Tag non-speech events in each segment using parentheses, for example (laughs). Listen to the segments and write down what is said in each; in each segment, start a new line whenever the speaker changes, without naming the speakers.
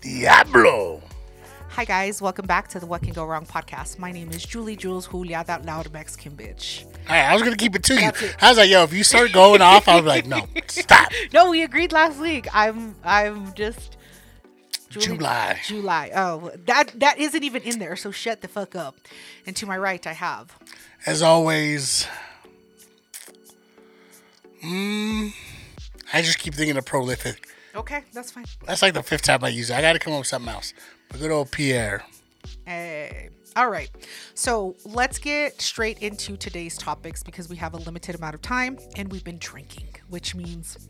Diablo.
Hi, guys. Welcome back to the What Can Go Wrong podcast. My name is Julie Jules Julia, that loud Mexican bitch.
Hey, I was gonna keep it to you. I was like, yo, if you start going off, I was like, no, stop.
No, we agreed last week. I'm I'm just
July.
July. Oh, that that isn't even in there. So shut the fuck up. And to my right, I have.
As always, mm, I just keep thinking of prolific.
Okay, that's fine.
That's like the fifth time I use it. I gotta come up with something else. But good old Pierre.
Hey. Eh, All right. So let's get straight into today's topics because we have a limited amount of time and we've been drinking, which means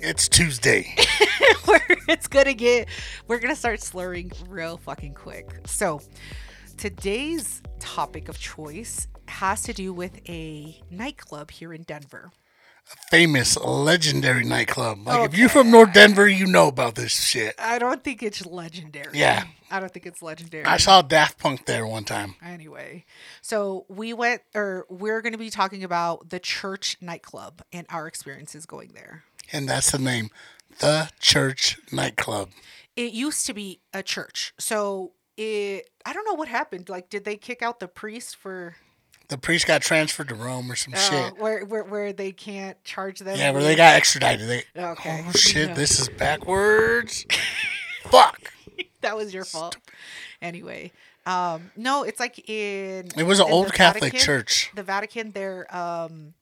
It's Tuesday.
(laughs) we're, it's going to get, we're going to start slurring real fucking quick. So today's topic of choice has to do with a nightclub here in Denver.
Famous, legendary nightclub. Like if you're from North Denver, you know about this shit.
I don't think it's legendary.
Yeah.
I don't think it's legendary.
I saw Daft Punk there one time.
Anyway, so we went, or we're going to be talking about the church nightclub and our experiences going there.
And that's the name. The Church Nightclub.
It used to be a church. So it, I don't know what happened. Like, did they kick out the priest for
The priest got transferred to Rome or some
uh,
shit.
where, where where they can't charge them?
Yeah, where they got extradited. They,
Okay.
Oh shit,
Yeah.
this is backwards. (laughs) Fuck.
that was your fault. Anyway, um, no, it's like in
It was an
in
old
the
Catholic
Vatican-
church.
The Vatican, their um,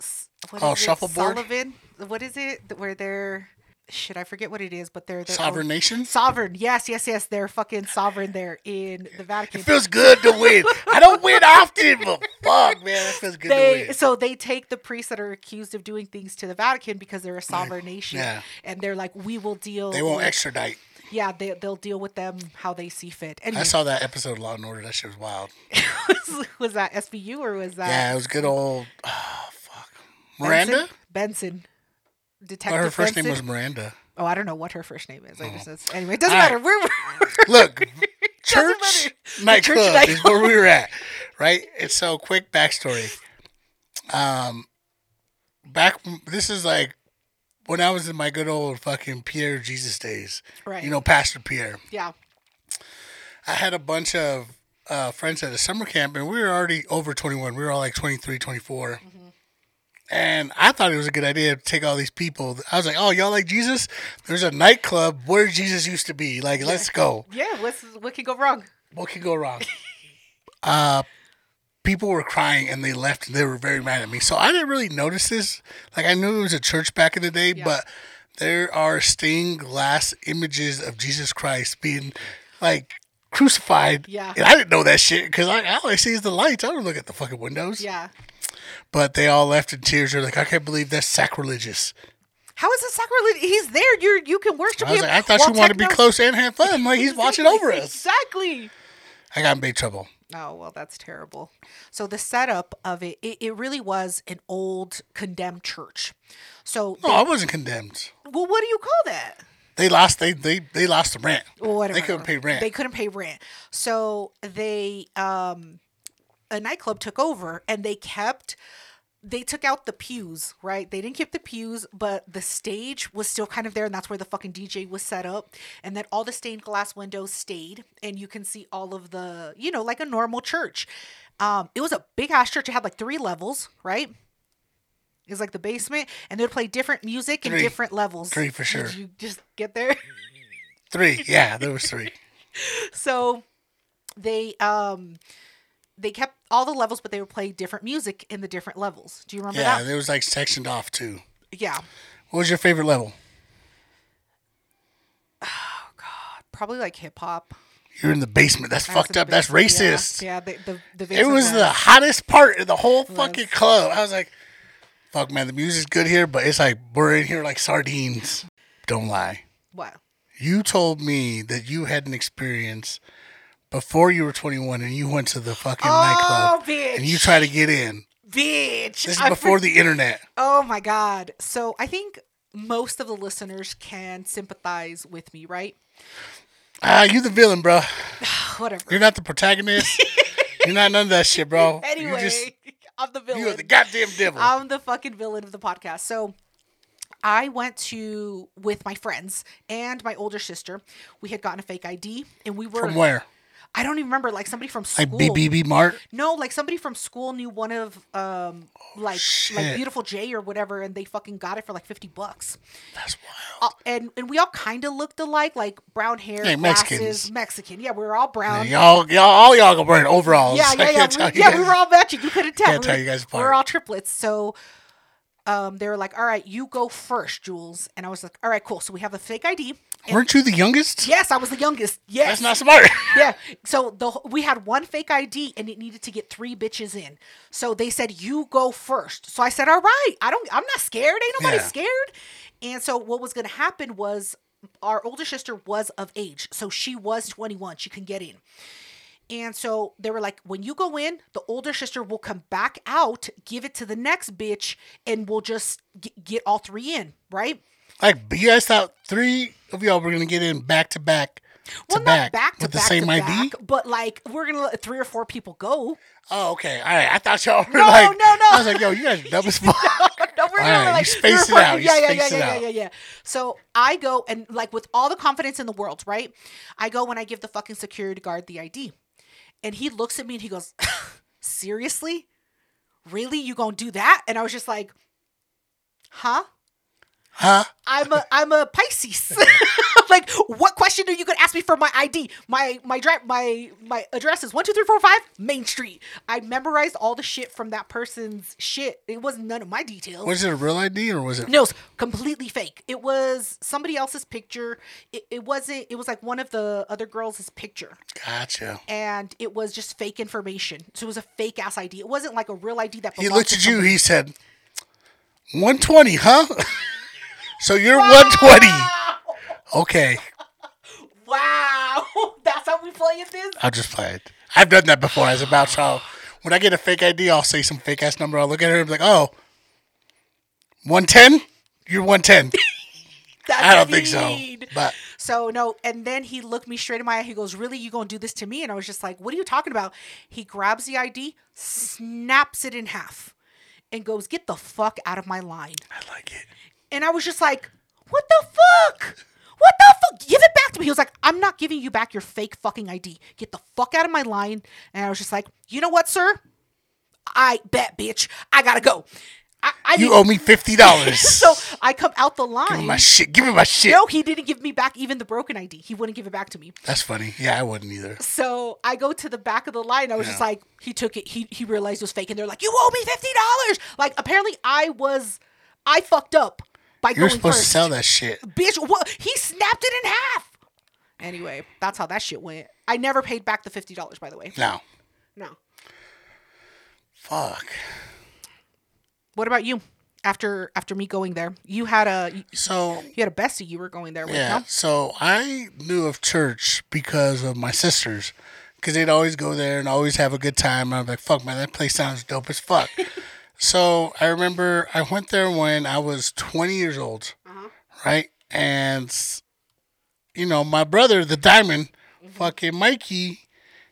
s- what
Oh,
is it?
shuffleboard?
Sullivan. What is it? Th- Where they're shit, I forget what it is, but they're their own-
Sovereign nation?
Sovereign, yes, yes, yes. They're fucking sovereign there in the Vatican.
It feels good to win. I don't win often,
(laughs)
but fuck, man, it feels good to
they
win.
so they take the priests that are accused of doing things to the Vatican because they're a sovereign nation,
Yeah.
and they're like, we will deal.
They won't
with-
extradite.
Yeah, they they'll deal with them how they see fit. Anyway,
I saw that episode of Law and Order. That shit was wild.
(laughs) was, was that SVU or was that
Yeah, it was good old. ah, fuck.
Benson?
Miranda?
Benson.
But
Detective
her first
Benson.
name was Miranda.
Oh, I don't know what her first name is. I just that's, anyway, it doesn't
All right.
matter. We're, we're-
Look,
matter.
church
The church
nightclub is
nightclub.
where we were
(laughs)
at, right? And so, quick backstory. Um, back this is like when I was in my good old fucking Pierre Jesus days.
Right.
You know, Pastor Pierre.
(laughs) yeah.
I had a bunch of uh, friends at a summer camp, and we were already over 21. We were all like 23, 24.
Mm-hmm.
And I thought it was a good idea to take all these people. I was like, oh, y'all like Jesus? There's a nightclub where Jesus used to be. Like, let's go.
Yeah, what's what can go wrong?
What could go wrong? (laughs) uh, people were crying and they left. And they were very mad at me. So I didn't really notice this. Like I knew it was a church back in the day,
Yeah.
but there are stained glass images of Jesus Christ being like crucified.
Yeah.
And I didn't know that shit because I, all I see is the lights. I don't look at the fucking windows.
Yeah.
But they all left in tears. They're like, I can't believe that's sacrilegious.
How is it sacrilege? He's there. You you can worship
I was
him.
like, I thought
while
you wanted to be
techno-
close and have fun. Like (laughs) he's watching over us.
Exactly.
I got in big trouble.
Oh, well, that's terrible. So the setup of it, it, it really was an old condemned church. So,
No, I wasn't condemned.
well, what do you call that?
They lost. They they they lost the rent.
Well, whatever.
They couldn't pay rent.
They couldn't pay rent. So they um a nightclub took over and they kept they took out the pews, right? They didn't keep the pews, but the stage was still kind of there, and that's where the fucking DJ was set up. And then all the stained glass windows stayed, and you can see all of the, you know, like a normal church. Um, it was a big ass church. It had like three levels, right? It was like the basement, and they would play different music in
Three.
different levels.
Three for sure.
Did you just get there? (laughs)
Three. Yeah, there was three.
so they um they kept all the levels but they would play different music in the different levels do you remember
yeah,
that
there was like sectioned off too.
yeah
What was your favorite level?
probably like hip-hop
You're in the basement. That's
That's
fucked
a
up. That's
big- yeah,
racist.
yeah, the, the, the
It
basement
was the hottest part of the whole fucking club. I was like, fuck man, the music's good here, but it's like we're in here like sardines. Don't lie.
what
You told me that you had an experience before you were 21 and you went to the fucking
oh
nightclub
bitch
and you tried to get in.
bitch
This is
I
before the internet.
Oh my God. So I think most of the listeners can sympathize with me, right? (sighs)
Ah, you the villain, bro.
Whatever.
You're not the
(laughs)
protagonist. You're not none of that shit, bro.
Anyway, (laughs)
you just
I'm the villain.
you are the goddamn devil.
I'm the fucking villain of the podcast. So I went to with my friends and my older sister. We had gotten a fake ID, and we were
From where?
I don't even remember. Like somebody from
Like
school.
BBB Mart?
No, like somebody from school knew one of um like like
shit.
beautiful Jay or whatever, and they fucking got it for like fifty bucks.
That's wild.
Uh, and and we all kind of looked alike, like brown hair,
Yeah,
glasses,
Mexicans.
Mexican. Yeah, we were all brown.
And y'all, y'all, all y'all gonna wearing overalls.
Yeah,
(laughs) I
yeah,
can't
yeah.
tell
We,
you
yeah,
guys.
we were all matching. You couldn't tell.
Can't
We
tell
were-
you guys
We were
apart.
all triplets. So um, they were like, all right, you go first, Jules. And I was like, all right, cool. So we have the fake ID.
Weren't you the youngest?
Yes, I was the youngest.
That's
Yes.
not smart. (laughs)
yeah. So the wh- we had one fake ID and it needed to get three bitches in. So they said you go first. So I said, "All right, I don't. I'm not scared. Ain't nobody
Yeah.
scared." And so what was going to happen was our older sister was of age, so she was 21. She can get in. And so they were like, when you go in, the older sister will come back out, give it to the next bitch, and we'll just g- get all three in, right?
Like but you guys thought three of y'all were gonna get in back to back to
Well,
back,
not back to
with
back
the same
to
ID.
back, but like we're gonna let three or four people go.
Oh, okay. All right. I thought y'all were
No,
like,
no, no.
I was like, yo, you guys are dumb
(laughs)
as fuck.
no, we're
All
not
right,
like
you space
we're
it out,
fucking-
you
Yeah, yeah,
space
yeah,
it
yeah,
out.
yeah, yeah, yeah. So I go and like with all the confidence in the world, right? I go and I give the fucking security guard the ID, and he looks at me and he goes, (laughs) "Seriously, really? You gonna do that?" And I was just like, "Huh."
Huh? (laughs)
I'm a I'm a Pisces. (laughs) like, what question are you gonna ask me for my ID? My my drive my my address is one two three four five Main Street. I memorized all the shit from that person's shit. It wasn't none of my details.
Was it a real ID or was it?
No, it's completely fake. It was somebody else's picture. It, it wasn't. It was like one of the other girls' picture,
Gotcha.
and it was just fake information. So it was a fake ass ID. It wasn't like a real ID that.
He
belonged
looked
to
at you.
somebody.
He said, 120, huh? (laughs) so you're 120. Okay.
Wow, (laughs) that's how we play it. This
I'll just play it. I've done that before as a bounce child. When I get a fake ID, I'll say some fake ass number. I'll look at her and be like, oh, 110? You're
(laughs)
110.
that's
I don't think so.
mean.
But
So no, and then he looked me straight in my eye. He goes, "Really, you gonna do this to me?" And I was just like, "What are you talking about?" He grabs the ID, snaps it in half, and goes, "Get the fuck out of my line!"
I like it.
And I was just like, "What the fuck? What the fuck? Give it back to me." He was like, "I'm not giving you back your fake fucking ID. Get the fuck out of my line." And I was just like, "You know what, sir? I bet, bitch. I gotta go. I, I
You
need-
owe me $50.
(laughs) so I come out the line."
Give me my shit. Give me my shit.
no, he didn't give me back even the broken ID. He wouldn't give it back to me.
That's funny. Yeah, I wouldn't either.
So I go to the back of the line. I was just
Yeah.
like, he took it. He he realized it was fake, and they're like, "You owe me fifty dollars." Like apparently, I was, I fucked up by
You're
going
supposed
first.
to sell that shit.
Bitch, what? He snapped it in half. Anyway, that's how that shit went. I never paid back the fifty dollars. By the way,
No.
no.
Fuck.
What about you? After after me going there, you had a you
So
had a bestie. You were going there with.
yeah,
no?
so I knew of church because of my sisters, because they'd always go there and always have a good time. I'm like, fuck man, that place sounds dope as fuck. so I remember I went there when I was 20 years old, right? And you know, my brother, the diamond, fucking Mikey,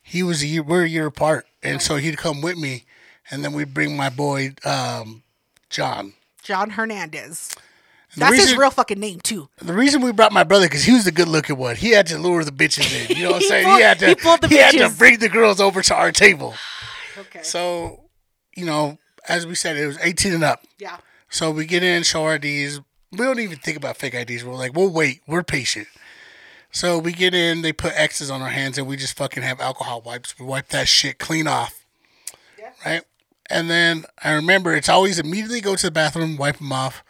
he was a year, we're a year apart, and so he'd come with me, and then we'd bring my boy um, John.
John Hernandez.
And the
That's his
reason-
real fucking name too.
the reason we brought my brother because he was the good looking one. He had to lure the bitches in. You know what I'm
(laughs) He
saying?
pulled-
he had to.
he pulled the
had to
bitches.
bring the girls over to our table.
Okay.
So, you know, as we said, it was 18 and up.
yeah.
So we get in, show our IDs. We don't even think about fake IDs. We're like, we'll wait. We're patient. So we get in. They put X's on our hands, and we just fucking have alcohol wipes. We wipe that shit clean off.
Yeah.
Right. And then I remember it's always immediately go to the bathroom, wipe them off,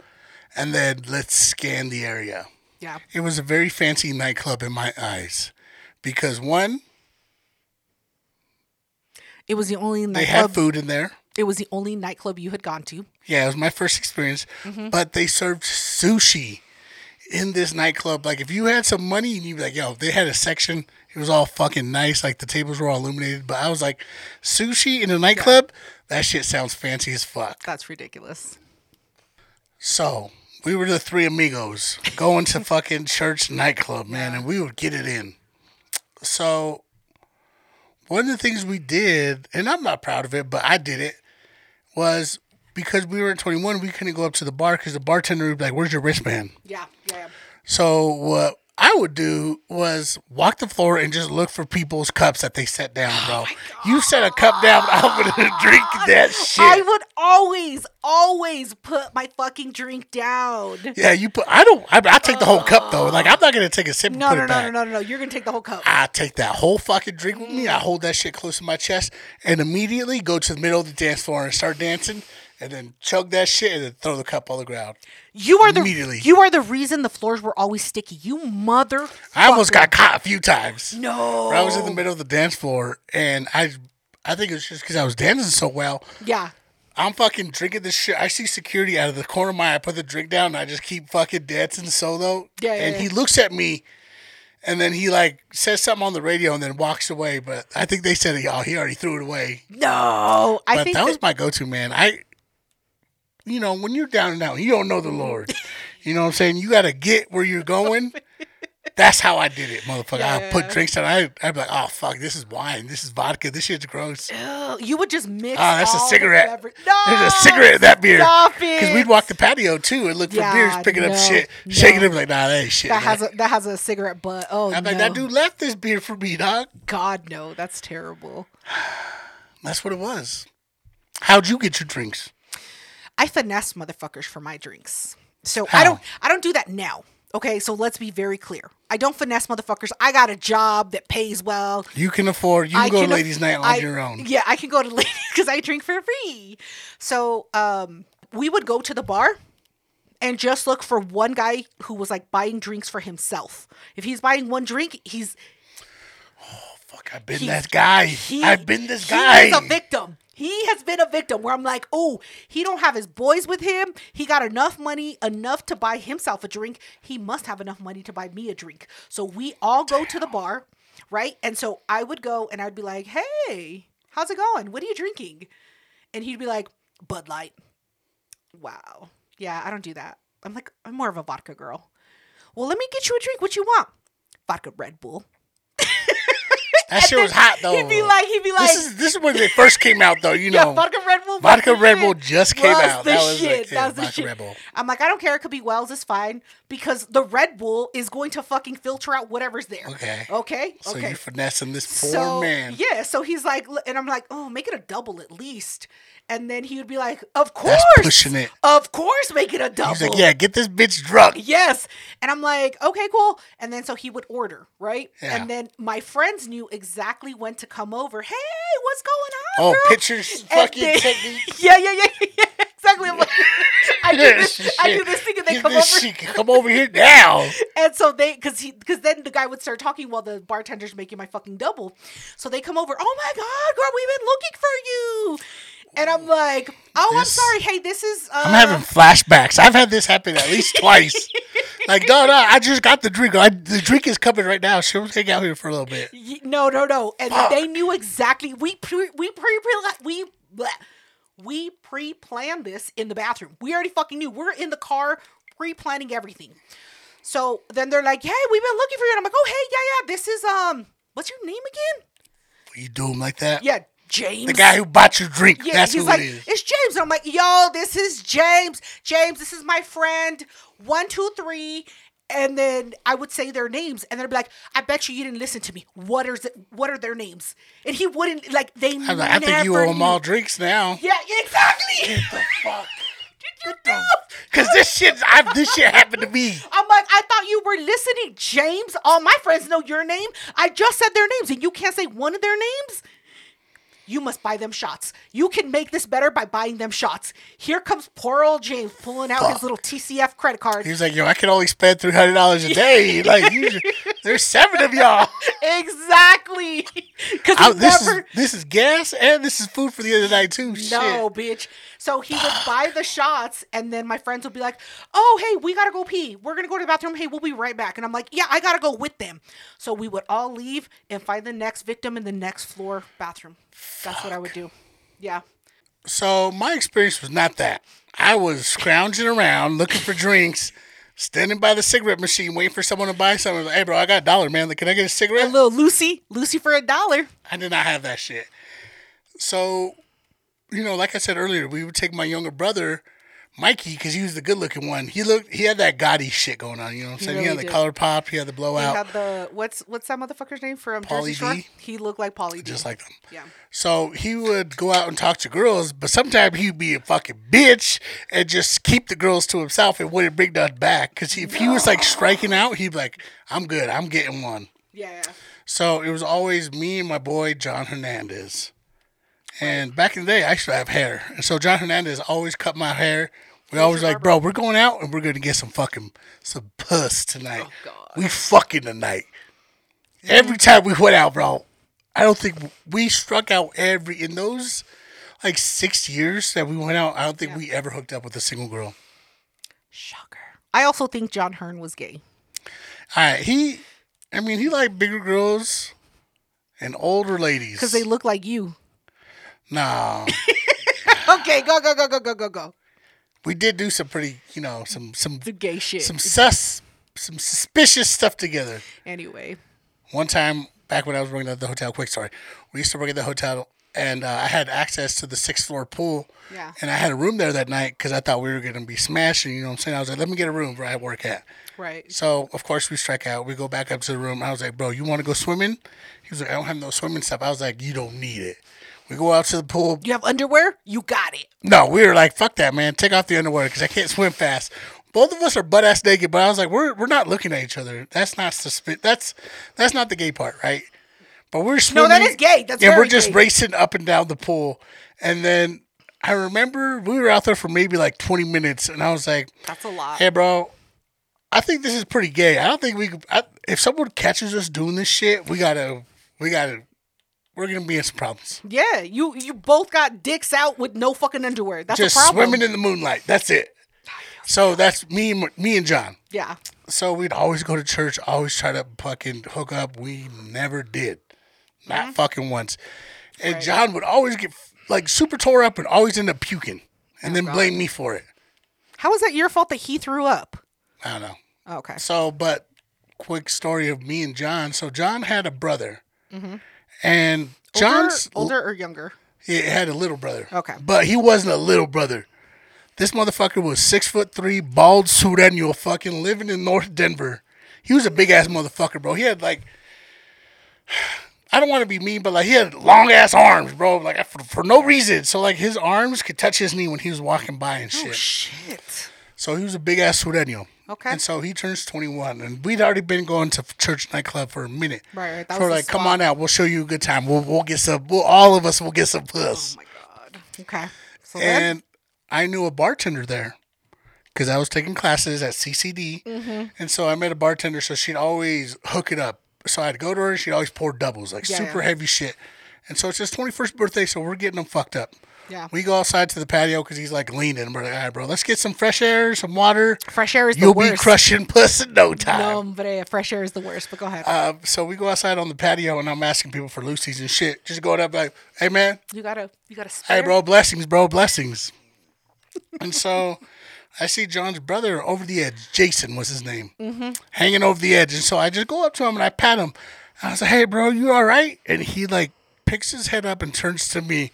and then let's scan the area.
Yeah.
It was a very fancy nightclub in my eyes because one,
It was the only
they had
nightclub.
food in there.
It was the only nightclub you had gone to.
Yeah, it was my first experience, but they served sushi in this nightclub. Like, if you had some money and you'd be like, yo, they had a section, it was all fucking nice. Like, the tables were all illuminated, but I was like, sushi in a nightclub? That shit sounds fancy as fuck.
That's ridiculous.
So we were the three amigos going to fucking church nightclub, man, and we would get it in. So one of the things we did, and I'm not proud of it, but I did it, was because we were 21, we couldn't go up to the bar because the bartender would be like, "Where's your wristband?"
Yeah, yeah,
So what I would do was walk the floor and just look for people's cups that they set down, bro. you set a cup down, I'm gonna (laughs) drink that shit.
I would always, always put my fucking drink down.
yeah, you put. I don't. I, I take the whole cup though. Like I'm not gonna take a sip and
No,
put
no,
it
no,
back.
no, no, no, no. You're gonna take the whole cup.
I take that whole fucking drink with
Mm.
me. I hold that shit close to my chest and immediately go to the middle of the dance floor and start dancing, and then chug that shit and then throw the cup on the ground.
You are the
Immediately.
you are the reason the floors were always sticky. You mother.
I almost got caught a few times.
no.
I was in the middle of the dance floor, and I, I think it was just because I was dancing so well.
Yeah.
I'm fucking drinking this shit. I see security out of the corner of my eye. I put the drink down, and I just keep fucking dancing solo.
Yeah, yeah,
And he
yeah.
looks at me, and then he like says something on the radio, and then walks away. But I think they said, "Oh, he already threw it away."
No. I
But
think
that was
that-
my go-to man. I, you know, when you're down and out, you don't know the
(laughs)
Lord. you know what I'm saying? You got to get where you're going. That's how I did it, motherfucker. I put drinks on. I I'd be like, oh fuck, this is wine. This is vodka. This shit's gross.
Ugh, you would just mix.
Ah, that's a
all the
cigarette.
bever- No.
There's a cigarette in that beer.
Stop
Because we'd
it.
walk the patio too and look for
Yeah,
beers, picking up
no,
shit,
no.
shaking it like, nah, that ain't shit.
That has
man.
a that has a cigarette butt. Oh
I'm
no.
like, that dude left this beer for me, dog.
God no, that's terrible.
That's what it was. How'd you get your drinks?
I finesse motherfuckers for my drinks. So
How?
I don't I don't do that now. Okay, so let's be very clear. I don't finesse motherfuckers. I got a job that pays well.
You can afford. You can
I
go
can aff-
ladies' night on
I-
your own.
Yeah, I can go to (laughs) ladies because I drink for free. So um, we would go to the bar and just look for one guy who was like buying drinks for himself. If he's buying one drink, he's
Fuck, I've been
he-
that guy.
he-
I've been this
he
guy.
is a victim. He has been a victim where I'm like, oh, he don't have his boys with him. He got enough money, enough to buy himself a drink. He must have enough money to buy me a drink. So we all go to the bar, right? And so I would go and I'd be like, hey, how's it going? What are you drinking? And he'd be like, Bud Light. Wow. Yeah, I don't do that. I'm like, I'm more of a vodka girl. Well, let me get you a drink. What you want? Vodka Red Bull.
that shit was hot though.
(laughs) He'd be like, he'd be like,
this is this is when they first came out though. You know,
(laughs) yeah, vodka Red Bull.
Vodka
fucking
Red
shit
Bull just came
was
out.
The
That was
shit.
like, yeah,
that was the
vodka
shit.
Red Bull.
I'm like, I don't care. It could be Wells. It's fine because the Red Bull is going to fucking filter out whatever's there.
Okay.
Okay.
so
okay.
you're finessing this poor
So,
man.
yeah, so he's like, l- and I'm like, oh, make it a double at least, and then he would be like, of course,
That's pushing it.
of course, make it a double.
He's like, yeah, get this bitch drunk.
Yes. And I'm like, okay, cool. And then so he would order, right?
Yeah.
And then my friends knew exactly when to come over. Hey, what's going on?
Oh,
girl?
pictures,
And
fucking
they-
technique.
yeah, yeah, yeah, yeah. Exactly. I'm like, I do this. I
Shit.
do this thing, (laughs) and they
Get
come
this
over.
shit- come over here
(laughs)
now.
And so they, because he, because then the guy would start talking while the bartender's making my fucking double. So they come over. Oh my god, girl, we've been looking for you. And I'm like, oh,
This-
I'm sorry. Hey, this is. Uh,
I'm having flashbacks. I've had this happen at least
(laughs)
twice. Like, no, no, I just got the drink. I, the drink is coming right now. She'll take out here for a little bit.
Y- No, no, no. And they knew exactly. We pre, we pre, pre we bleh. we pre planned this in the bathroom. We already fucking knew. We're in the car pre planning everything. So then they're like, "Hey, we've been looking for you." And I'm like, "Oh, hey, yeah, yeah. This is um, what's your name again?"
You do him like that?
Yeah, James.
The guy who bought your drink.
Yeah,
that's
he's
who
like,
it is.
it's James. And I'm like, yo, this is James. James, this is my friend. One, two, three. And then I would say their names, and they'd be like, "I bet you you didn't listen to me. What are what are their names?" And he wouldn't like they.
I, was like, I think you
never
owe them
knew.
all drinks now.
Yeah, exactly. (laughs)
Fuck. Because this shit, I've, this shit happened to me.
I'm like, I thought you were listening, James. All my friends know your name. I just said their names, and you can't say one of their names. You must buy them shots. You can make this better by buying them shots. Here comes poor old James pulling out his little TCF credit card.
He was like, yo, I can only spend three hundred dollars a day. Like, you, should- there's seven of
(laughs)
y'all.
exactly. (laughs) Because
I-
he
this
never.
is this is gas and this is food for the other night too.
No,
Shit.
bitch. So he would buy the shots, and then my friends would be like, "Oh, hey, we gotta go pee. We're gonna go to the bathroom. Hey, we'll be right back." And I'm like, "Yeah, I gotta go with them." So we would all leave and find the next victim in the next floor bathroom. That's what I would do. Yeah.
So my experience was not that. I was scrounging around looking for drinks, standing by the cigarette machine waiting for someone to buy something. Like, hey, bro, I got a dollar, man. Like, can I get a cigarette?
And little Lucy, Lucy for a dollar.
I did not have that shit. So you know, like I said earlier, we would take my younger brother, Mikey, because he was the good looking one. He looked, he had that gaudy shit going on. You know what I'm saying? He,
really
had the
did.
color pop, he had the
He
blowout,
had the what's what's that motherfucker's name from
Pauly
Jersey Shore?
D?
He looked like Polly D.
just like them.
yeah.
So he would go out and talk to girls, but sometimes he'd be a fucking bitch and just keep the girls to himself and wouldn't bring none back. Because if he was like striking out, he'd be like, I'm good, I'm getting one.
Yeah. yeah.
So it was always me and my boy John Hernandez. And back in the day, I used to have hair, and so John Hernandez always cut my hair. We always like, bro, we're going out and we're gonna get some fucking some puss tonight.
Oh, God.
we fucking tonight. Every time we went out, bro, I don't think we struck out every in those like six years that we went out. I don't think we ever hooked up with a single girl.
Shocker. I also think John Hearn was gay.
All right, he, I mean, he liked bigger girls and older ladies
Because they look like you.
Nah.
Okay, go, go, go, go, go, go, go.
we did do some pretty, you know, some some
The gay shit.
some sus some suspicious stuff together.
Anyway.
One time back when I was working at the hotel, quick story. We used to work at the hotel, and uh, I had access to the sixth floor pool.
Yeah.
And I had a room there that night because I thought we were gonna be smashing. You know what I'm saying? I was like, let me get a room where I work at.
Right.
So of course we strike out. We go back up to the room. I was like, bro, you want to go swimming? He was like, I don't have no swimming stuff. I was like, you don't need it. We go out to the pool.
You have underwear? You got it.
No, we were like, fuck that, man. Take off the underwear because I can't swim fast. Both of us are butt ass naked, but I was like, we're we're not looking at each other. That's not suspi- That's that's not the gay part, right? But we're swimming.
that is gay. That's
and we're
very
just
gay.
racing up and down the pool, and then I remember we were out there for maybe like twenty minutes, and I was like,
That's a lot.
hey, bro. I think this is pretty gay. I don't think we. Could, I, if someone catches us doing this shit, we gotta, we gotta, we're gonna be in some problems.
Yeah, you you both got dicks out with no fucking underwear. That's
just
a problem.
swimming in the moonlight. That's it. So that's me, and me and John.
yeah.
So we'd always go to church, always try to fucking hook up. We never did, not
Mm-hmm.
fucking once. And John would always get like super tore up and always end up puking,
Oh,
and then blame me for it.
How is that your fault that he threw up? Oh,
I don't know.
Okay.
So, but quick story of me and John. So John had a brother, and John's
Mm-hmm. older, older or younger?
He had a little brother.
Okay.
But he wasn't a little brother. This motherfucker was six foot three, bald Sudanio, fucking living in North Denver. He was a big ass motherfucker, bro. He had like, (sighs) I don't want to be mean, but like he had long ass arms, bro. Like for, for no reason. So like his arms could touch his knee when he was walking by
Oh,
and shit.
Shit.
So he was a big ass Sudanio.
Okay.
And so he turns 21. And we'd already been going to church nightclub for a minute.
Right, right. That
so we're
was the
like, come
spot."
on out. We'll show you a good time. We'll, we'll get some, we'll, all of us will get some puss.
Oh my god. Okay. So then
And I knew a bartender there because I was taking classes at CCD.
Mm-hmm.
And so I met a bartender. So she'd always hook it up. So I'd go to her and she'd always pour doubles, like
Yeah,
super
yeah.
heavy shit. And so it's his 21st birthday. So we're getting them fucked up.
Yeah.
We go outside to the patio because he's like leaning. We're like, all right, bro, let's get some fresh air, some water.
fresh air is
You'll
the worst.
be crushing puss in no time.
No, hombre, fresh air is the worst. But go ahead.
Uh, so we go outside on the patio and I'm asking people for Lucy's and shit. Just going up like, hey, man,
you gotta you gotta.
hey
Spare.
bro blessings bro blessings and so i see john's brother over the edge jason was his name hanging over the edge and so i just go up to him and i pat him i was like hey bro you all right and he like picks his head up and turns to me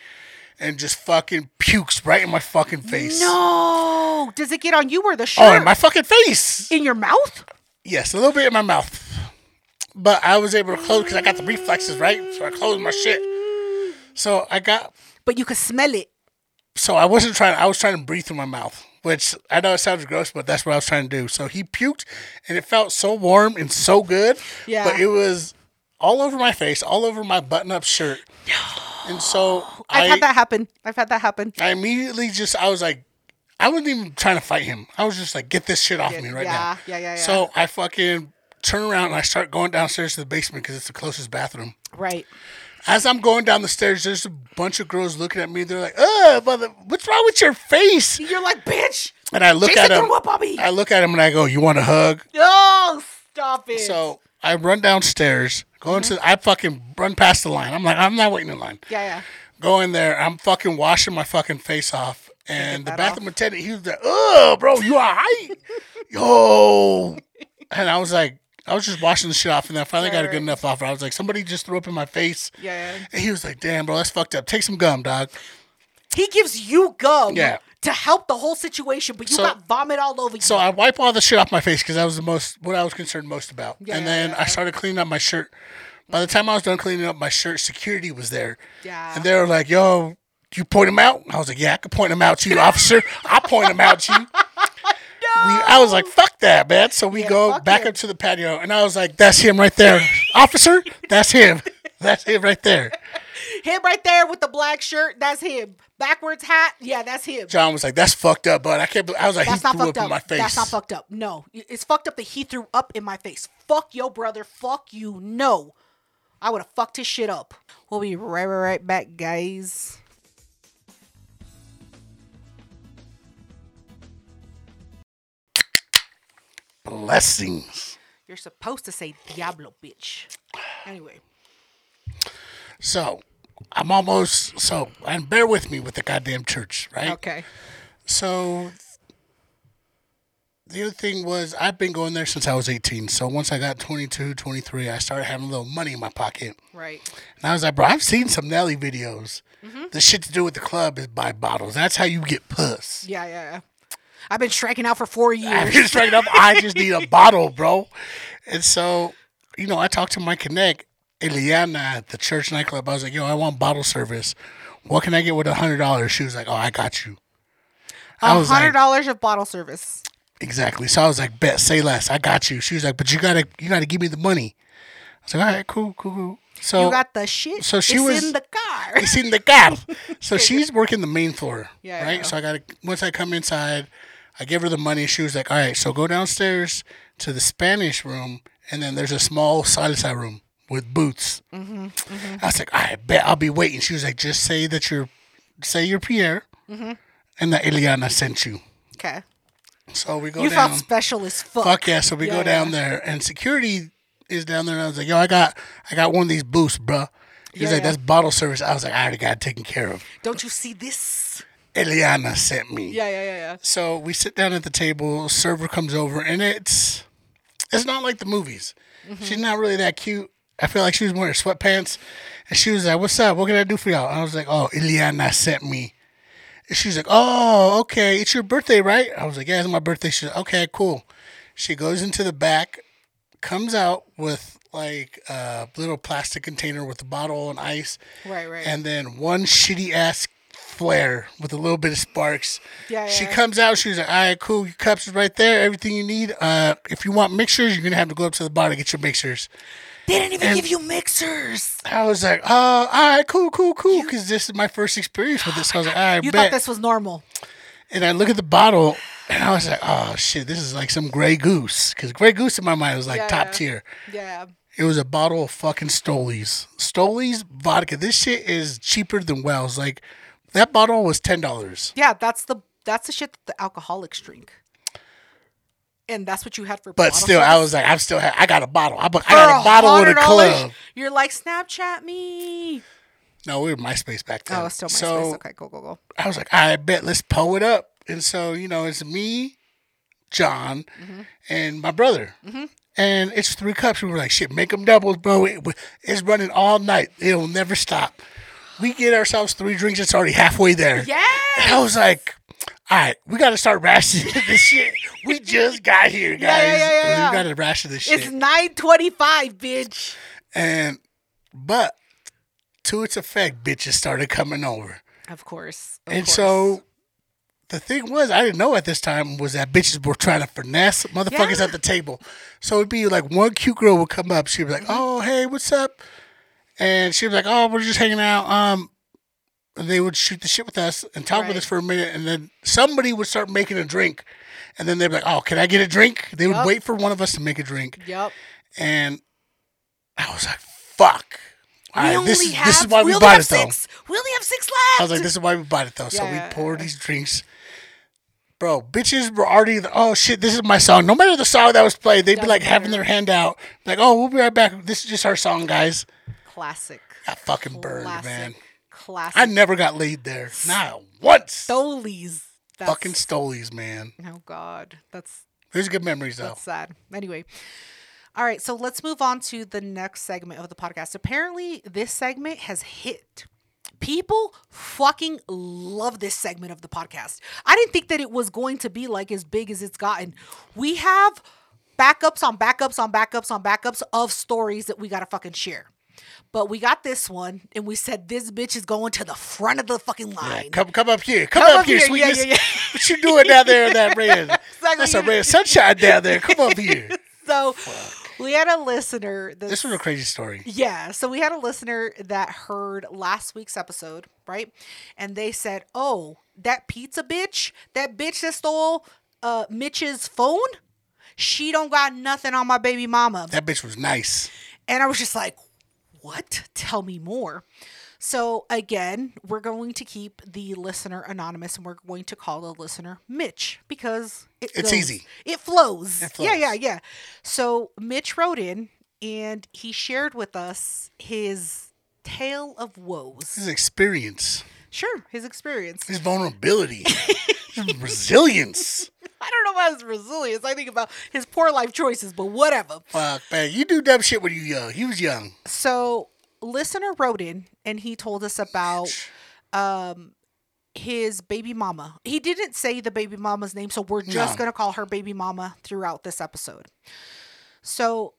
and just fucking pukes right in my fucking face
No. Does it get on you or the shirt?
oh in my fucking face
in your mouth?
yes a little bit in my mouth but i was able to close because i got the reflexes right so i closed my shit so i got
But you could smell it.
so I wasn't trying. I was trying to breathe through my mouth, which I know it sounds gross, but that's what I was trying to do. So he puked, and it felt so warm and so good.
Yeah.
But it was all over my face, all over my button-up shirt. And so
I've
I,
had that happen. I've had that happen.
I immediately just, I was like, I wasn't even trying to fight him. I was just like, get this shit off me right
yeah,
now.
yeah, yeah, yeah.
So I fucking turn around and I start going downstairs to the basement because it's the closest bathroom.
Right.
As I'm going down the stairs, there's a bunch of girls looking at me. They're like, "Ugh, mother, what's wrong with your face?"
You're like, bitch.
And I look
Jason
at him.
threw up on me.
I look at him and I go, "You want a hug?"
Oh, stop it.
So I run downstairs, go
Mm-hmm.
into. I fucking run past the line. I'm like, I'm not waiting in line.
yeah,
Go in there. I'm fucking washing my fucking face off. And the
that
bathroom attendant, he was like, "Oh, bro, you all
(laughs)
right? Yo." And I was like, I was just washing the shit off, and I finally got a
Right,
good
right.
enough offer. I was like, somebody just threw up in my face.
yeah, yeah.
And he was like, "Damn, bro, that's fucked up. Take some gum, dog."
He gives you gum
Yeah.
to help the whole situation, but you
So-
got vomit all over you.
So I wipe all the shit off my face because that was the most what I was concerned most about. And then I
Yeah.
started cleaning up my shirt. By the time I was done cleaning up my shirt, security was there,
yeah.
and they were like, "Yo, you point him out?" I was like, "Yeah, I could point him out to you, officer. I point him out to
(laughs)
you." We, I was like, "Fuck that, man!" So we
Yeah,
go
fuck
back
it.
up to the patio, and I was like, "That's him right there, officer. That's him. That's him right there."
him right there with the black shirt, that's him. Backwards hat, yeah, that's him.
John was like, "That's fucked up, bud. I can't." Believe, I was like,
That's
"He
not
threw
fucked
up in
up.
my face."
That's not fucked up. No, it's fucked up that he threw up in my face. Fuck your brother. Fuck you. No, I would have fucked his shit up. We'll be right, right, right back, guys.
Blessings.
You're supposed to say Diablo, bitch. Anyway,
So I'm almost so and bear with me with the goddamn church, right?
okay.
So the other thing was I've been going there since I was 18. So once I got 22, 23, I started having a little money in my pocket.
Right.
And I was like, bro, I've seen some Nelly videos. The shit to do with the club is buy bottles. That's how you get puss.
Yeah, yeah, yeah. I've been striking out for four
I'm
years.
just straight up, I just need
(laughs)
a bottle, bro. And so, you know, I talked to my connect, Eliana, at the church nightclub. I was like, yo, I want bottle service. What can I get with a hundred dollars? She was like, Oh, I got you. I
A
was like,
hundred dollars of bottle service.
Exactly. So I was like, bet, say less. I got you. She was like, but you gotta, you gotta give me the money. I was like, all right, cool, cool, cool. So
you got the shit.
Oh, so she
it's
was-
in the car.
(laughs) it's in the car.
(laughs)
So she's working the main floor,
Yeah,
right?
yeah.
So I gotta once I come inside, I give her the money. She was like, all right, so go downstairs to the Spanish room, and then there's a small salsa room with booths.
Mm-hmm,
I was like, all right, bet I'll be waiting. She was like, just say that you're, say you're Pierre,
Mm-hmm.
and that Eliana sent you.
Okay.
So we go
You
down
felt special as fuck.
Oh, fuck yeah. So we
Yeah,
go down there and security is down there and I was like, yo, I got I got one of these booths, bruh. He's
Yeah,
like,
yeah.
that's bottle service. I was like, I already got it taken care of.
Don't you see this?
Eliana sent me.
Yeah, yeah, yeah, yeah.
So we sit down at the table, server comes over and it's it's not like the movies. She's not really that cute. I feel like she was wearing sweatpants. And she was like, What's up? What can I do for y'all? And I was like, Oh, Eliana sent me. And she's like, Oh, okay. It's your birthday, right? I was like, Yeah, it's my birthday. She's like, Okay, cool. She goes into the back, comes out with like a little plastic container with a bottle and ice.
Right, right.
And then one shitty ass flare with a little bit of sparks.
Yeah,
She
yeah.
comes out. She's like, "All right, cool. Your cups is right there. Everything you need. Uh, if you want mixers, you're gonna have to go up to the bar to get your mixers."
They didn't even
And-
give you mixers.
I was like, "Uh, all right, cool, cool, cool," because this is my first experience with this. I was
(sighs)
like, "All right,
You
bet."
thought this was normal.
and I look at the bottle, and I was like, "Oh shit, this is like some Grey Goose," because Grey Goose in my mind was like
Yeah,
top
yeah.
tier.
Yeah.
It was a bottle of fucking Stolies. Stolies vodka. This shit is cheaper than Wells. Like that bottle was ten dollars.
Yeah, that's the that's the shit that the alcoholics drink. And that's what you had for
But
bottle
still,
service?
I was like, I'm still. Ha- I got a bottle. I, bu- I
For
got a bottle with a
$100?
club.
You're like Snapchat me.
No, we were MySpace back then.
Oh, it's still my
so
space. Okay, go
(laughs)
go go.
I was like, I bet let's pull it up. And so you know, it's me, John,
Mm-hmm.
and my brother, and it's three cups. We were like, shit, make them doubles, bro. It- it's running all night. It'll never stop. We get ourselves three drinks. It's already halfway there.
Yeah.
And I was like, all right, we got to start rationing (laughs) this shit. We just got here, guys.
Yeah, yeah, yeah, yeah, yeah.
We got to ration this shit.
It's nine twenty five, bitch.
And but to its effect, bitches started coming over.
Of course. of
and
course.
so the thing was, I didn't know at this time was that bitches were trying to finesse motherfuckers
Yeah.
at the table. So it'd be like one cute girl would come up, she'd be
Mm-hmm.
like, Oh, hey, what's up? And she'd be like, Oh, we're just hanging out. Um and they would shoot the shit with us and talk with
Right.
us for a minute and then somebody would start making a drink. And then they'd be like, Oh, can I get a drink? They would
Yup.
wait for one of us to make a drink
Yep.
and I was like, "Fuck!" All
we
right,
only
this is
have
this is why we
only
bought
have
it though.
six. We only have six
I
left.
was like, "This is why we bought it though." so
Yeah, yeah,
we poured
yeah.
these drinks, bro. Bitches were already the- oh shit, this is my song. No matter the song that was played, they'd be
Doesn't
like having
matter.
their hand out, like, "Oh, we'll be right back. This is just our song, guys."
Classic.
I fucking burned,
Classic.
man.
Classic.
I never got laid there, not once.
Stolies. That's,
Fucking stolies, man.
Oh God, that's
There's good memories though.
that's sad. Anyway, all right, so let's move on to the next segment of the podcast. Apparently, this segment has hit People fucking love this segment of the podcast. I didn't think that it was going to be like as big as it's gotten. We have backups on backups on backups on backups of stories that we gotta fucking share. But we got this one, and we said this bitch is going to the front of the fucking line.
Come, come up here. Come,
Come
up,
up
here,
here. Yeah,
sweetness.
yeah, yeah.
What you doing down there in
(laughs)
that red? That's a
You-
ray of sunshine down there. Come up here.
so we had a listener. That,
This was a crazy story.
(laughs) yeah, so we had a listener that heard last week's episode, right? And they said, "Oh, that pizza bitch, that bitch that stole uh, Mitch's phone, she don't got nothing on my baby mama."
That bitch was nice.
And I was just like, what? Tell me more. So, again, we're going to keep the listener anonymous and we're going to call the listener Mitch because it
It's
goes-
easy.
It flows.
flows.
Yeah, yeah, yeah. So, Mitch wrote in and he shared with us his tale of woes.
His experience,
Sure, his experience.
his vulnerability, his resilience.
I don't know about his resilience. I think about his poor life choices, but whatever.
Fuck, man. You do dumb shit when you young. He was young.
So, listener wrote in and he told us about um his baby mama. He didn't say the baby mama's name, so we're just
No.
going to call her baby mama throughout this episode. So,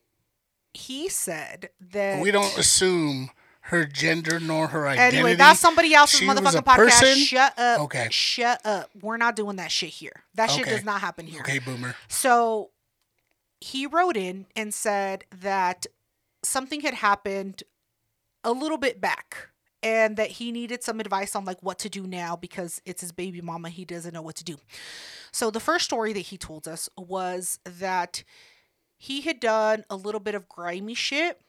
he said that
We don't assume her gender nor her identity.
Anyway, that's somebody else's
She was a
motherfucking podcast.
person?
Shut up.
Okay.
Shut up. We're not doing that shit here. That shit
Okay.
does not happen here.
Okay, boomer.
So he wrote in and said that something had happened a little bit back and that he needed some advice on like what to do now because it's his baby mama he doesn't know what to do. So the first story that he told us was that he had done a little bit of grimy shit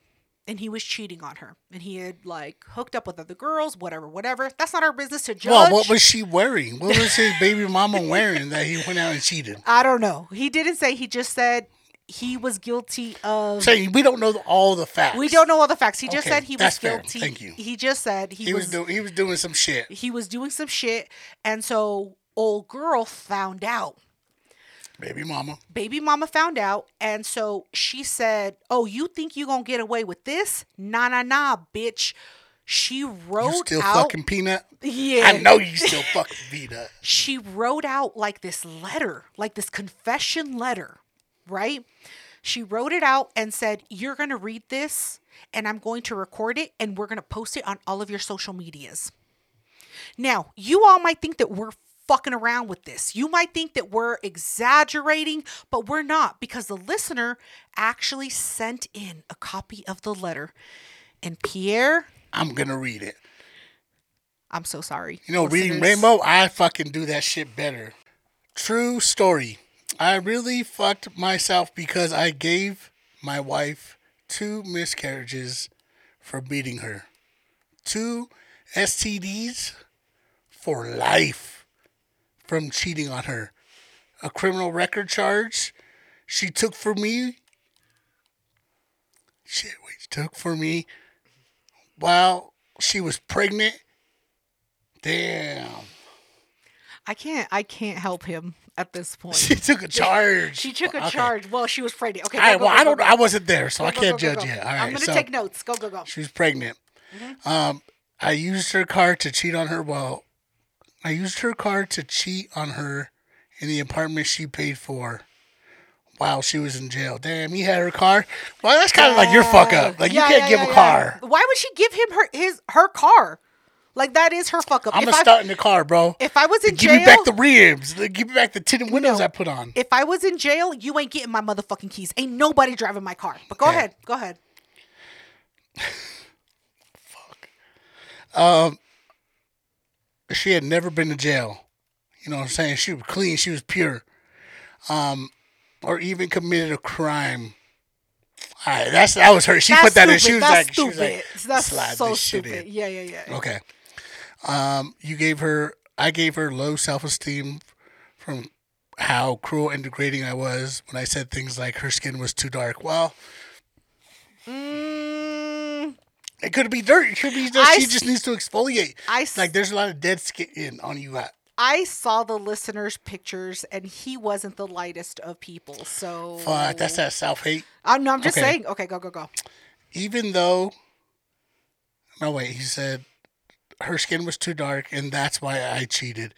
and he was cheating on her and he had like hooked up with other girls whatever whatever that's not our business to judge
Well, what was she wearing? What was his baby mama wearing that he went out and cheated?
i don't know he didn't say he just said he was guilty of
Saying we don't know the- all the facts.
We don't know all the facts. He just
Okay,
said he was
that's fair.
guilty.
Thank you.
He just said he,
He was
was,
doing. He was doing some shit.
he was doing some shit, and so old girl found out.
Baby mama.
Baby mama found out, and so she said, "Oh, you think you gonna get away with this? Nah, nah, nah, bitch." She
You
wrote
still
out.
fucking peanut?
(laughs) yeah,
I know you still fucking peanut.
she wrote out like this letter, like this confession letter, right? She wrote it out and said, You're going to read this and I'm going to record it and we're going to post it on all of your social medias. Now, you all might think that we're fucking around with this. You might think that we're exaggerating, but we're not because the listener actually sent in a copy of the letter. And Pierre,
I'm gonna read it.
I'm so sorry.
You know, reading
listeners.
Rainbow, I fucking do that shit better. True story. I really fucked myself because I gave my wife two miscarriages for beating her. Two STDs for life from cheating on her. A criminal record charge she took for me. Shit, wait, she took for me while she was pregnant. Damn.
I can't I can't help him at this
(laughs)
point.
She took a charge.
She took a
Okay.
charge. Well, she was pregnant. Okay.
All right.
go,
Well,
go,
I
go,
don't.
go.
I wasn't there, so I
Go, go,
can't
go,
judge
go.
yet. All right.
I'm gonna
so
take Mm-hmm. notes. Go go go.
she was pregnant. Um, I used her car to cheat on her. Well, I used her car to cheat on her in the apartment she paid for while she was in jail. Damn, he had her car. Well, that's kind of like your fuck up. Like
Yeah,
you can't
yeah,
give
yeah,
a
yeah.
car.
Why would she give him her his her car? Like that is her fuck up.
I'm
if
gonna
I
start in the car, bro.
if I was in
Give
jail,
me back the rims. Give me back the tinted windows I put on.
if I was in jail, you ain't getting my motherfucking keys. Ain't nobody driving my car. But go
Okay.
ahead. Go ahead.
she had never been to jail. You know what I'm saying? She was clean, she was pure. Um, or even committed a crime. All right, that's that was her. She
That's
put that in.
stupid.
She was
That's
like,
stupid.
she was like,
That's
slide
so
this shit
stupid.
in.
Yeah, yeah, yeah.
Okay. Um, you gave her. I gave her low self esteem from how cruel and degrading I was when I said things like her skin was too dark. Well,
Mm,
it could be dirt. It could be that
I
she
s-
just needs to exfoliate.
I s-
like there's a lot of dead skin on you. I-
I saw the listeners' pictures, and he wasn't the lightest of people. So
Fuck, that's that self hate.
I'm, no, I'm just
Okay.
saying. Okay, go go go.
even though no wait he said her skin was too dark, and that's why I cheated,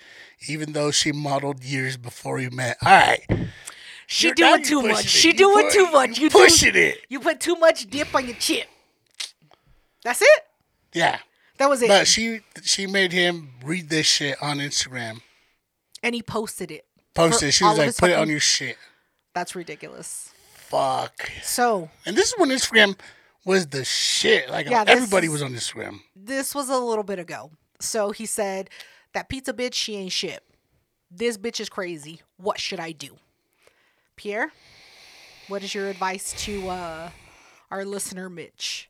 even though she modeled years before we met. All right,
She
You're- now
doing
you
too
pushing
much.
it.
She
You
doing
pu-
too much.
you
You do-
pushing it.
You put too much dip on your chip. That's it.
yeah,
That was it.
but she she made him read this shit on Instagram,
and he posted it.
posted.
For
it. She
all
was
of
like,
his
"Put it on
fucking-
your shit."
That's ridiculous.
Fuck.
So
And this is when Instagram was the shit. Like
Yeah, this
everybody
is-
was on Instagram.
this was a little bit ago. So he said, That pizza bitch, she ain't shit. This bitch is crazy. What should I do? Pierre, what is your advice to uh, our listener, Mitch?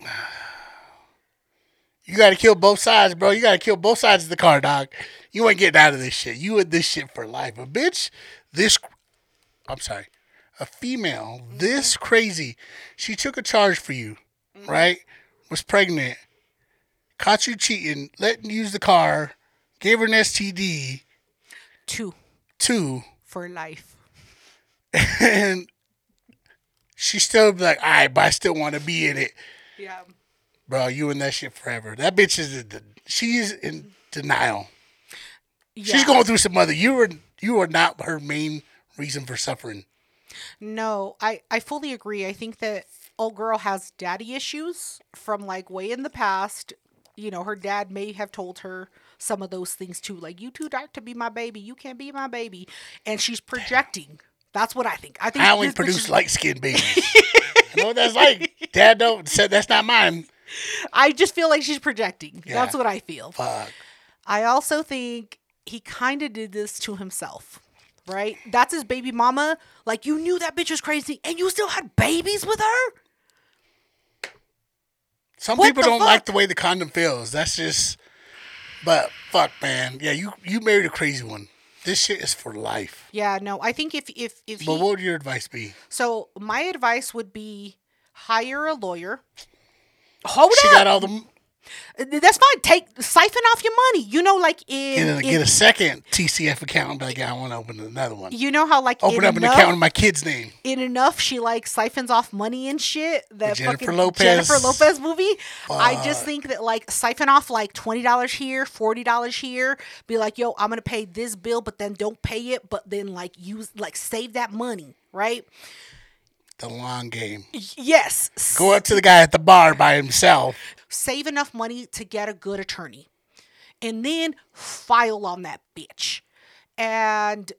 You gotta kill both sides, bro. You gotta kill both sides of the car, dog. You ain't getting out of this shit. You with this shit for life. A bitch, this I'm sorry. A female, this crazy. She took a charge for you, right? Was pregnant, caught you cheating, let you use the car, gave her an STD,
Two
two, (laughs)
for life.
and she still be like, all right, but I still wanna be in it.
Yeah.
Bro, you in that shit forever. That bitch is in, she's in denial. She's going through some other. You were you are not her main reason for suffering.
No, I, I fully agree. I think that old girl has daddy issues from like way in the past. You know, her dad may have told her some of those things too, like you too dark to be my baby, you can't be my baby, and she's projecting. That's what I think. I think
I only
this bitch
produce
is-
light skinned
(laughs)
babies. I know what that's like. Dad don't said that's not mine.
I just feel like she's projecting. That's
Yeah.
what I feel.
Fuck.
I also think he kind of did this to himself, right? That's his baby mama. Like you knew that bitch was crazy, and you still had babies with her.
Some
What
people
the
don't like
fuck?
the way the condom feels. That's just. But fuck, man. Yeah, you you married a crazy one. This shit is for life.
Yeah, no, I think if if if he,
But what would your advice be?
So my advice would be hire a lawyer. Hold
She
up.
got all the
That's fine. Take siphon off your money. You know, like in,
get a,
in-
get a second TCF account. and be like, yeah, I want to open another one.
you know how like
Open
in
up an
enough,
account in my kid's name.
in enough she like siphons off money and shit. That
Jennifer
fucking
Lopez.
Jennifer Lopez movie. I just think that like siphon off like twenty dollars here, forty dollars here. Be like, yo, I'm gonna pay this bill, but then don't pay it. But then like use like save that money, right?
The long game.
Y- yes.
Go up to the guy at the bar by himself.
save enough money to get a good attorney and then file on that bitch and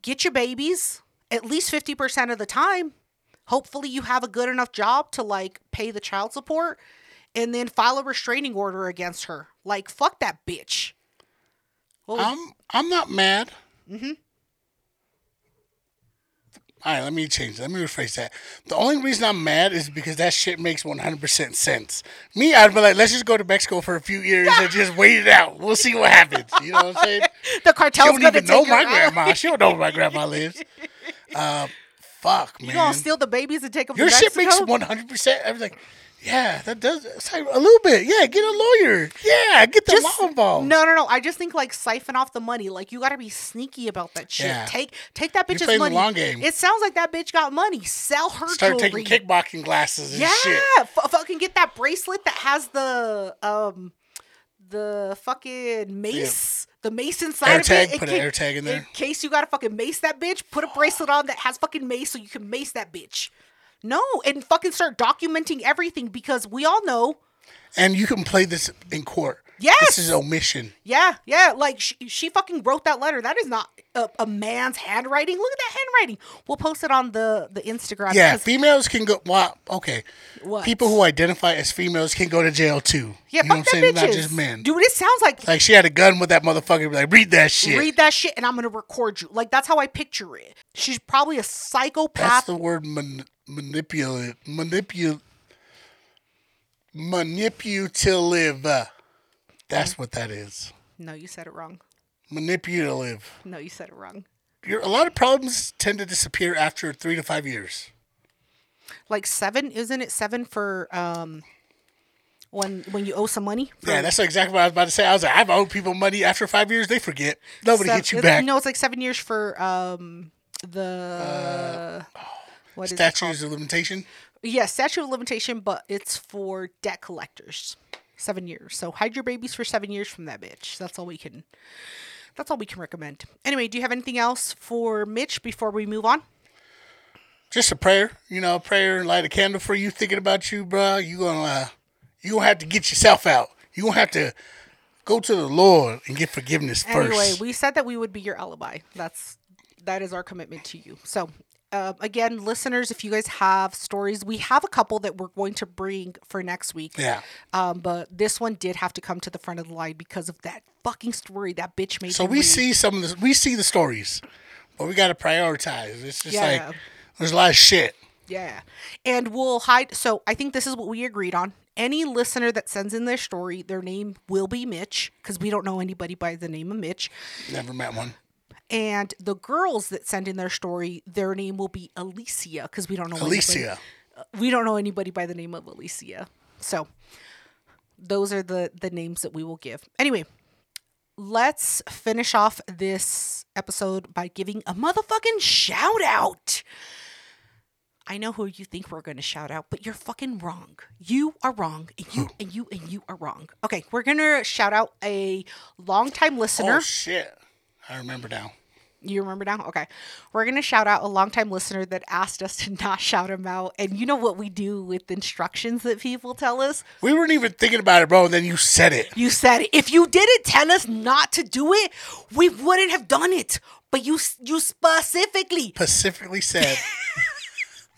get your babies at least 50% of the time hopefully you have a good enough job to like pay the child support and then file a restraining order against her like fuck that bitch well
I'm I'm not mad. Mm-hmm. All right, let me change. Let me rephrase that. The only reason I'm mad is because that shit makes 100% sense. Me, I'd be like, let's just go to Mexico for a few years and
(laughs)
just wait it out. We'll see what happens. You know what I'm saying?
the
She
cartel's
don't
gonna
even know
take her
my
out.
grandma. She don't know where my
(laughs)
grandma lives. Uh, fuck,
you gonna
man.
steal the babies and take them
Your
to
shit
Mexico?
makes 100%. I was like, yeah, that does. It's like a little bit. Yeah, get a lawyer. Yeah, get the
Just-
law involved.
No, no, no. I just think like siphon off the money. Like you got to be sneaky about that shit.
Yeah.
Take take that
You're
bitch's
playing the
money.
long game.
It sounds like that bitch got money. Sell her
Start
jewelry.
taking kickboxing classes and
yeah,
shit.
F- fucking get that bracelet that has the um the fucking mace. The mace inside of
Air
it.
tag,
in
put an air tag in
In
there.
case you gotta fucking mace that bitch, put a bracelet on that has fucking mace so you can mace that bitch. No, and fucking start documenting everything because we all know
And you can play this in court.
Yes!
This is omission.
Yeah, yeah. Like she, she fucking wrote that letter. That is not a, a man's handwriting. Look at that handwriting. We'll post it on the the Instagram.
Yeah,
'cause-
females can go. Well, okay.
What?
People who identify as females can go to jail too.
yeah.
you know
fuck
what I'm
that
saying?
bitches.
Not just men.
Dude, it sounds like
like she had a gun with that motherfucker. Be like, read that shit.
read that shit and I'm gonna record you. Like that's how I picture it. She's probably a psychopath.
That's the word man, manipulate. Manipul. Manipulative. That's what that is.
no, you said it wrong.
Manipulative.
No, you said it wrong.
Your, a lot of problems tend to disappear after three to five years.
Like seven, isn't it seven for um when when you owe some money? For
Yeah, that's exactly what I was about to say. I was like, I've owed people money after five years. They forget. Nobody
sev-
gets you
it-
back. Uh,
No, it's like seven years for um the what is it called?
Statues of limitation.
Yes, statute of limitation, but it's for debt collectors. seven years. So hide your babies for seven years from that bitch. That's all we can. That's all we can recommend. Anyway, do you have anything else for Mitch before we move on?
Just a prayer, you know, a prayer and light a candle for you, thinking about you, bruh. You gonna uh, you gonna have to get yourself out. You gonna have to go to the Lord and get forgiveness first.
Anyway, we said that we would be your alibi. That's that is our commitment to you. So, uh, again, listeners, if you guys have stories, we have a couple that we're going to bring for next week.
yeah.
Um, but this one did have to come to the front of the line because of that fucking story that bitch made.
So
me
we
read.
see some of the we see the stories, but we got to prioritize. It's just
Yeah.
like there's a lot of shit.
Yeah. And we'll hide. So I think this is what we agreed on. Any listener that sends in their story, their name will be Mitch because we don't know anybody by the name of Mitch.
Never met one.
And the girls that send in their story, their name will be Alicia because we don't know
Alicia.
Anybody, we don't know anybody by the name of Alicia. So those are the the names that we will give. Anyway, let's finish off this episode by giving a motherfucking shout out. I know who you think we're going to shout out, but you're fucking wrong. You are wrong, and you and you and you are wrong. Okay, we're going to shout out a longtime listener.
Oh shit! I remember now.
You remember now? Okay. We're going to shout out a longtime listener that asked us to (laughs) not shout him out. And you know what we do with instructions that people tell us?
We weren't even thinking about it, bro. And then you said it.
You said if you didn't tell us not to do it, we wouldn't have done it. But you you specifically
Specifically
(laughs)
said.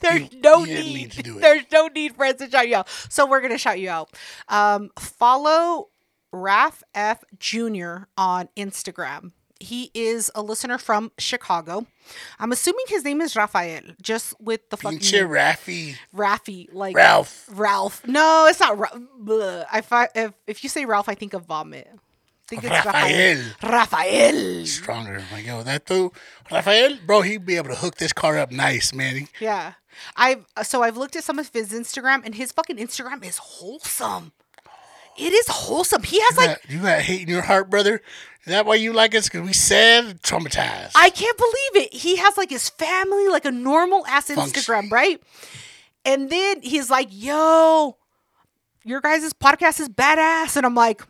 there's no
you didn't
need.
need to do it.
There's no need for us to shout you out. So we're gonna shout you out. Um, follow Raf F Jr. on Instagram. He is a listener from Chicago. I'm assuming his name is Rafael, just with the fucking
Pinche Raffy.
Raffy, like
Ralph.
Ralph. No, it's not Ralph. If, I, if if you say Ralph, I think of vomit. I think it's Rafael. Rafael.
Stronger. I'm like, yo, that dude, Rafael, bro, he'd be able to hook this car up nice, man. He-
Yeah, I've uh, so I've looked at some of his Instagram, and his fucking Instagram is wholesome. It is wholesome. He has
You
like
got, you got hate in your heart, brother. Is that why you like us? Because we said traumatized.
I can't believe it. He has like his family, like a normal ass Instagram, right? And then he's like, yo, your guys' podcast is badass. And I'm like,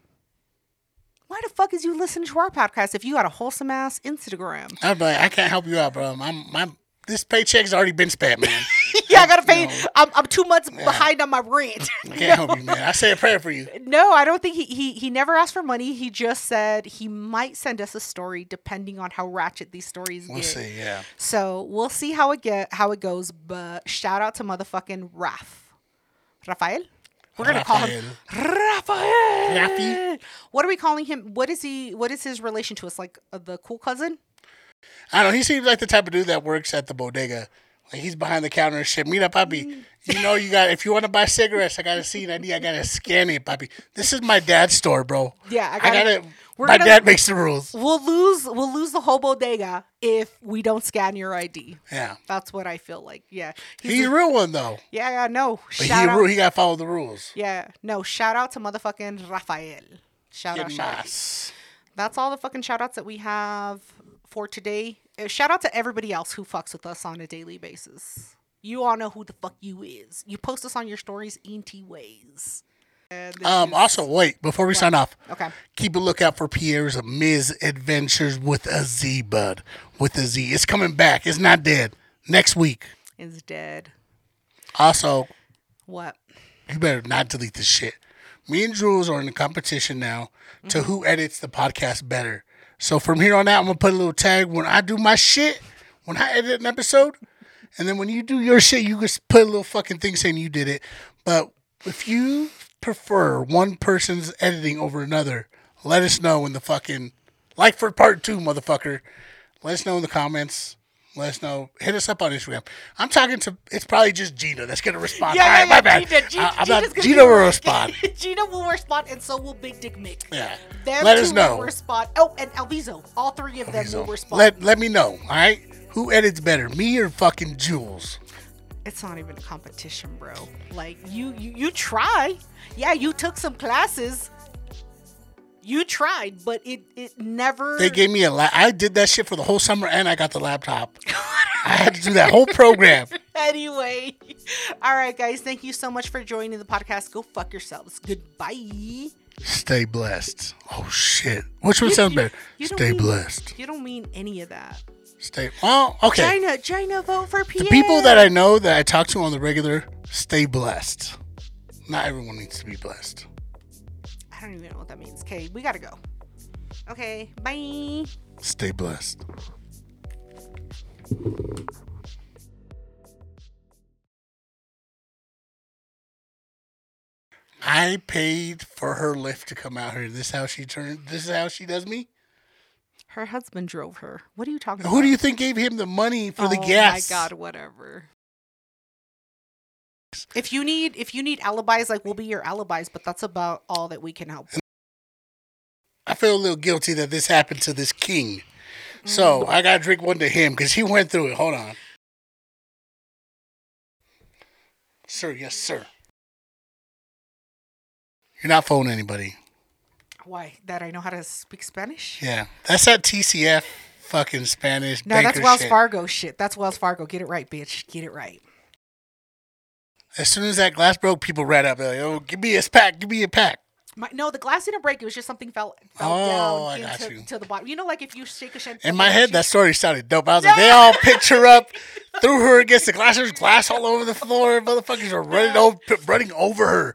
why the fuck is you listening to our podcast if you got a wholesome ass Instagram? (laughs)
I'd be like, I can't help you out, bro. My, my, this paycheck's already been spent, man.
yeah, I gotta pay. I'm, I'm two months behind on my rent. (laughs)
I can't help you, man. I say a prayer for you.
no, I don't think he, he he never asked for money. He just said he might send us a story depending on how ratchet these stories
We'll
get.
see, yeah.
So we'll see how it get how it goes. But shout out to motherfucking Raf, Rafael. We're gonna call him Rafael.
Rafi?
What are we calling him? What is he? What is his relation to us? Like uh, the cool cousin?
I don't know. He seems like the type of dude that works at the bodega. Like he's behind the counter and shit. Meet up, papi. You know you got. If you want to buy cigarettes, I gotta see an ID. I gotta scan it, papi. This is my dad's store, bro.
Yeah, I
I
gotta-
gotta.
we're
my
gonna-
dad makes the rules.
We'll lose. We'll lose the whole bodega if we don't scan your ID.
Yeah,
That's what I feel like. Yeah. He's,
he's a real one though.
yeah. Yeah. No.
But
Shout
he
out.
rule. He gotta follow the rules.
yeah. No. Shout out to motherfucking Rafael. Shout out.
Get
Shout out.
nice.
That's all the fucking shout outs that we have for today. Uh, Shout out to everybody else who fucks with us on a daily basis. You all know who the fuck you is. You post us on your stories ENT ways. And this
Um.
is-
Also, wait before we sign off.
okay.
Keep a lookout for Pierre's misadventures with a Z, bud. With a Z, it's coming back. It's not dead. Next week.
Is dead.
Also,
What?
You better not delete this shit. Me and Jules are in a competition now to who edits the podcast better. So from here on out, I'm gonna put a little tag when I do my shit, when I edit an episode, and then when you do your shit, you just put a little fucking thing saying you did it. But if you prefer one person's editing over another, let us know in the fucking like for part two, motherfucker. Let us know in the comments. Let us know. Hit us up on Instagram. I'm talking to. It's probably just Gina that's gonna respond. All right, my bad.
Gina, Gina,
I, am
Gina's
not,
gonna
Gina
be
will
like-
respond.
(laughs) Gina will respond, and so will Big Dick Mick.
(laughs) Yeah.
Them
let
two
us know.
Will respond. Oh, and Alviso. All three of them will respond.
Let let me know. All right. Who edits better, me or fucking Jules?
it's not even a competition, bro. Like you, you, you try. Yeah, you took some classes. You tried, but it it never.
They
(laughs)
gave (laughs) me a. La- I did that shit for the whole summer, and I got the laptop. I had to do that whole program.
anyway, all right, guys, thank you so much for joining the podcast. Go fuck yourselves. Goodbye.
(laughs) Stay blessed. Oh shit. Which one sounds better?
You don't
Stay
mean-
blessed.
You don't mean any of that.
Stay. Well, okay.
China, China, vote for Pierre.
The people that I know that I talk to on the regular stay blessed. Not everyone needs to be blessed.
I don't even know what that means. Okay, we gotta go. Okay, bye.
Stay blessed. I paid for her lift to come out here. This is how she turned. This is how she does me.
Her husband drove her. What are you talking about?
Who do you think gave him the money for the
oh
gas?
my god, whatever. If you need if you need alibis, like we'll be your alibis, but that's about all that we can help. with.
I feel a little guilty that this happened to this king.
Mm.
So I gotta drink one to him because he went through it. Hold on. Sir, yes, sir. You're not phoning anybody.
Why? That I know how to speak Spanish?
Yeah. That's that TCF fucking Spanish.
No, that's
banker
Wells
shit.
Fargo shit. That's Wells Fargo. Get it right, bitch. Get it right.
As soon as that glass broke, people ran up. They're like, oh, give me a pack. Give me a pack.
My, no, the glass didn't break. It was just something fell, fell
Oh, I
down
got
into,
you.
to the bottom. You know, like if you shake a shed.
In my head, that story sounded dope. I was like, they all picked her up, threw her against the glass. There's glass all over the floor. Motherfuckers are running, over, running over her.